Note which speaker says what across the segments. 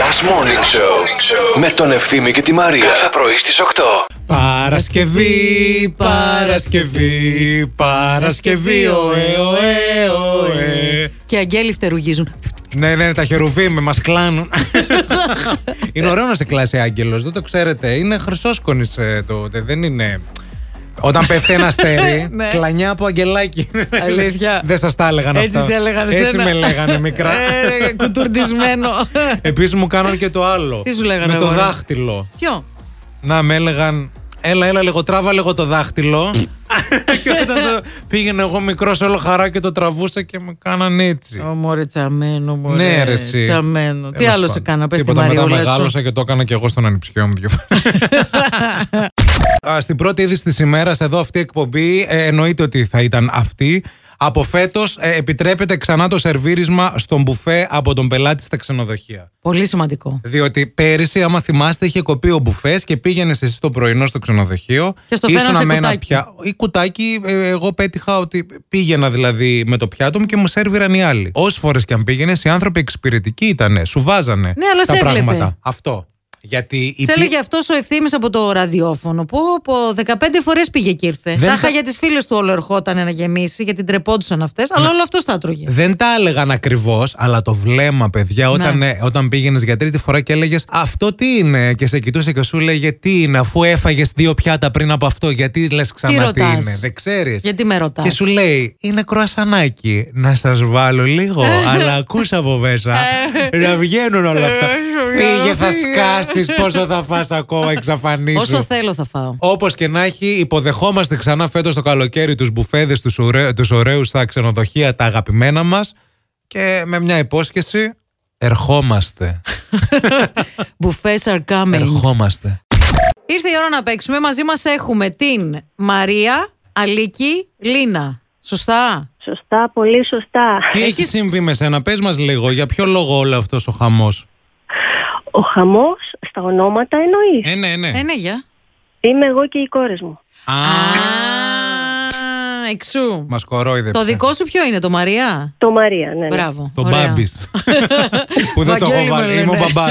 Speaker 1: Last Morning Show με τον Ευθύμη και τη Μαρία. Κάθε πρωί στις 8.
Speaker 2: Παρασκευή, Παρασκευή, Παρασκευή, ωε, ωε, ωε.
Speaker 3: Και οι αγγέλοι φτερουγίζουν.
Speaker 2: Ναι, ναι, τα χερουβίμαι, μας κλάνουν. είναι ωραίο να σε κλάσει άγγελος, δεν το ξέρετε. Είναι χρυσόσκονης το. δε- Δεν είναι. Όταν πέφτει ένα αστέρι,
Speaker 3: Ναι.
Speaker 2: κλανιά από αγγελάκι.
Speaker 3: Αλήθεια.
Speaker 2: Δεν σας τα έλεγαν
Speaker 3: Έτσι
Speaker 2: αυτά.
Speaker 3: σε έλεγαν
Speaker 2: Έτσι
Speaker 3: εσένα.
Speaker 2: με λέγανε μικρά.
Speaker 3: Ε, ρε, κουτουρντισμένο.
Speaker 2: Επίσης μου κάνανε και το άλλο.
Speaker 3: Τι σου λέγανε,
Speaker 2: Με το
Speaker 3: αγόρι μου?
Speaker 2: δάχτυλο.
Speaker 3: Ποιο.
Speaker 2: Να με έλεγαν Έλα, έλα, λίγο τράβα λίγο το δάχτυλο. και όταν το πήγαινε εγώ μικρός, όλο χαρά και το τραβούσα και με κάνανε έτσι.
Speaker 3: Ω, μωρέ, τσαμένο, μωρέ.
Speaker 2: ναι, ρε, εσύ.
Speaker 3: Τσαμένο. Τι
Speaker 2: Τέλος
Speaker 3: άλλο σε
Speaker 2: πάντων.
Speaker 3: κάνα, πες τη
Speaker 2: Τίποτα, Μετά
Speaker 3: Μαριόλα σου.
Speaker 2: μεγάλωσα και το έκανα και εγώ στον ανιψιό μου δυο φορές. Α, Στην πρώτη είδηση της ημέρας, εδώ αυτή η εκπομπή, ε, εννοείται ότι θα ήταν αυτή. Από φέτος επιτρέπεται ξανά το σερβίρισμα στον μπουφέ από τον πελάτη στα ξενοδοχεία.
Speaker 3: Πολύ σημαντικό.
Speaker 2: Διότι πέρυσι, άμα θυμάστε, είχε κοπεί ο μπουφές και πήγαινες εσύ το πρωινό στο ξενοδοχείο.
Speaker 3: Και στο
Speaker 2: Ήσουνα
Speaker 3: φέραν σε
Speaker 2: με ένα
Speaker 3: κουτάκι.
Speaker 2: πια. Ή κουτάκι, ε, εγώ πέτυχα ότι πήγαινα δηλαδή με το πιάτο μου και μου σερβίραν οι άλλοι. Όσες φορές και αν πήγαινες, οι άνθρωποι εξυπηρετικοί ήταν, σου βάζανε
Speaker 3: Ναι, αλλά
Speaker 2: τα
Speaker 3: σε έβλεπε.
Speaker 2: πράγματα. Αυτό. Γιατί η
Speaker 3: Σε
Speaker 2: πι-
Speaker 3: έλεγε αυτός ο ευθύνη από το ραδιόφωνο που από 15 φορές πήγε και ήρθε.
Speaker 2: Δεν
Speaker 3: τα είχα
Speaker 2: τα-
Speaker 3: για τις φίλες του όλο ερχόταν να γεμίσει, γιατί τρεπόντουσαν αυτέ,
Speaker 2: Ναι.
Speaker 3: αλλά όλο αυτό τα έτρωγε.
Speaker 2: δεν τα έλεγαν ακριβώς, αλλά το βλέμμα,
Speaker 3: Ναι.
Speaker 2: παιδιά, όταν, ε, όταν πήγαινες για τρίτη φορά και έλεγες Αυτό τι είναι, και σε κοιτούσε και σου λέγε Τι είναι, αφού έφαγες δύο πιάτα πριν από αυτό, γιατί λες ξανά τι,
Speaker 3: ρωτάς?
Speaker 2: είναι, δεν ξέρεις.
Speaker 3: Γιατί με ρωτάς.
Speaker 2: Και σου λέει, είναι κροασανάκι. Να σας βάλω λίγο, αλλά ακούσα από μέσα. να βγαίνουν όλα αυτά. Ε, Φύγε, θα σκάσει. Πόσο θα φας ακόμα,
Speaker 3: Όσο
Speaker 2: εξαφανίσου.
Speaker 3: θέλω θα φάω.
Speaker 2: Όπως και να έχει, υποδεχόμαστε ξανά φέτος το καλοκαίρι τους μπουφέδε, του ωραί, τους ωραίους στα ξενοδοχεία, τα αγαπημένα μας. Και με μια υπόσχεση, ερχόμαστε.
Speaker 3: Buffets are coming.
Speaker 2: Ερχόμαστε.
Speaker 3: Ήρθε η ώρα να παίξουμε. Μαζί μας έχουμε την Μαρία, Αλίκη, Λίνα. Σωστά.
Speaker 4: Σωστά, πολύ σωστά.
Speaker 2: Τι έχει συμβεί με σένα, πες μας λίγο, για ποιο λόγο όλο αυτός ο χαμός.
Speaker 4: Ο χαμός στα ονόματα εννοείς.
Speaker 2: Ε, ναι, ναι.
Speaker 3: Ε, ναι, για.
Speaker 4: Είμαι εγώ και οι κόρες μου.
Speaker 2: Α,
Speaker 3: Α, εξού.
Speaker 2: μας κορόιδεψε.
Speaker 3: Το δικό σου ποιο είναι, το Μαρία.
Speaker 4: Το Μαρία, ναι. ναι.
Speaker 3: Μπράβο.
Speaker 2: ε. Το
Speaker 3: ωραία.
Speaker 2: μπάμπης. που δεν το έχω
Speaker 3: Βαγγέλη με
Speaker 2: βάλει. Είμαι ο
Speaker 3: λένε.
Speaker 2: μπαμπά.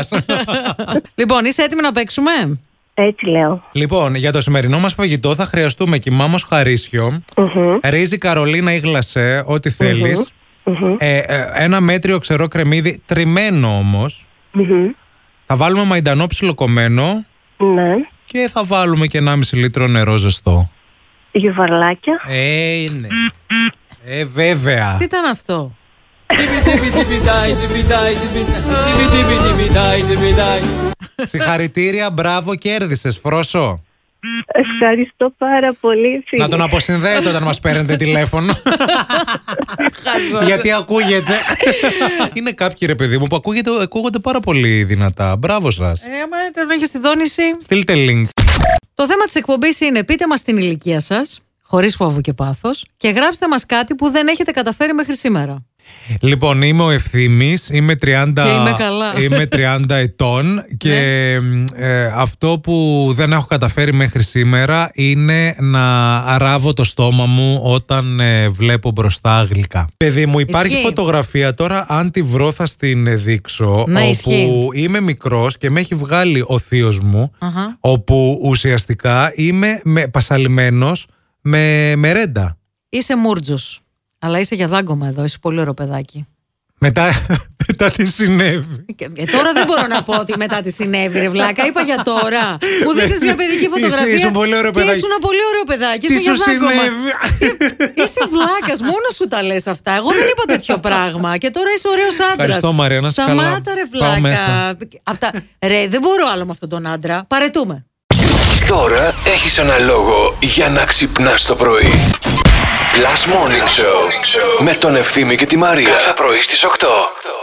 Speaker 3: λοιπόν, είσαι έτοιμη να παίξουμε.
Speaker 4: Έτσι λέω.
Speaker 2: λοιπόν, για το σημερινό μας φαγητό θα χρειαστούμε κοιμάμο χαρίσιο,
Speaker 4: Μμμ.
Speaker 2: ρύζι καρολίνα ή γλασέ, ό,τι θέλεις.
Speaker 4: Μμμ.
Speaker 2: ε, ε, ένα μέτριο ξερό κρεμμύδι, τριμμένο όμως.
Speaker 4: Μμμ.
Speaker 2: Θα βάλουμε μαϊντανό ψιλοκομμένο
Speaker 4: Ναι.
Speaker 2: και θα βάλουμε και 1,5 λίτρο νερό ζεστό.
Speaker 4: Γιουβαρλάκια.
Speaker 2: Ε, ναι. Ε, βέβαια.
Speaker 3: Τι ήταν αυτό.
Speaker 2: Συγχαρητήρια, μπράβο, κέρδισες, φρόσο.
Speaker 4: Ευχαριστώ πάρα πολύ. φίλοι.
Speaker 2: Να τον αποσυνδέετε όταν μας παίρνετε τηλέφωνο. Γιατί ακούγεται. Είναι κάποιοι ρε παιδί μου που ακούγεται, ακούγονται πάρα πολύ δυνατά. Μπράβο σας.
Speaker 3: Ε, άμα δεν έχει τη δόνηση.
Speaker 2: Στείλτε link.
Speaker 3: Το θέμα της εκπομπής είναι πείτε μας την ηλικία σας, χωρίς φόβο και πάθος, και γράψτε μας κάτι που δεν έχετε καταφέρει μέχρι σήμερα.
Speaker 2: Λοιπόν, είμαι ο Ευθύνη. Είμαι 30.
Speaker 3: Και είμαι καλά. Ναι.
Speaker 2: είμαι 30 ετών. και ε, αυτό που δεν έχω καταφέρει μέχρι σήμερα είναι να αράβω το στόμα μου όταν ε, βλέπω μπροστά γλυκά. Παιδί μου, υπάρχει
Speaker 3: Ισχύει.
Speaker 2: φωτογραφία τώρα. Αν τη βρω, θα στην ε, δείξω.
Speaker 3: Ναι,
Speaker 2: όπου
Speaker 3: ισχύει.
Speaker 2: είμαι μικρός και με έχει βγάλει ο θείος μου.
Speaker 3: Αχα.
Speaker 2: Όπου ουσιαστικά είμαι με, πασαλιμένος με μερέντα.
Speaker 3: Είσαι μούρτζος, αλλά είσαι για δάγκωμα εδώ, είσαι πολύ ωραίο παιδάκι.
Speaker 2: Μετά, μετά τι συνέβη.
Speaker 3: Και- ε, τώρα δεν μπορώ να πω ότι μετά τη συνέβη, ρε Βλάκα. Είπα για τώρα.
Speaker 2: Ναι,
Speaker 3: Μου δείχνει μια παιδική
Speaker 2: Ήσου-
Speaker 3: φωτογραφία.
Speaker 2: ήσουν πολύ ωραίο
Speaker 3: Και
Speaker 2: παιδάκι.
Speaker 3: ήσουν πολύ ωραίο παιδάκι.
Speaker 2: Τι
Speaker 3: Ήσουν
Speaker 2: σου
Speaker 3: για δάγκωμα.
Speaker 2: συνέβη. Ε,
Speaker 3: Είσαι βλάκας, μόνος σου τα λες αυτά. Εγώ δεν είπα τέτοιο πράγμα. Και τώρα είσαι ωραίος άντρας.
Speaker 2: Ευχαριστώ, Μαρία, να είσαι καλά.
Speaker 3: Σταμάτα, ρε
Speaker 2: Πάω
Speaker 3: βλάκα.
Speaker 2: μέσα.
Speaker 3: Αυτά. Ρε, δεν μπορώ άλλο με αυτόν τον άντρα. Παρετούμε.
Speaker 1: Τώρα έχεις ένα λόγο για να ξυπνάς το πρωί. Last Morning Show με τον Ευθύμη και τη Μαρία. Κάθε πρωί στις 8.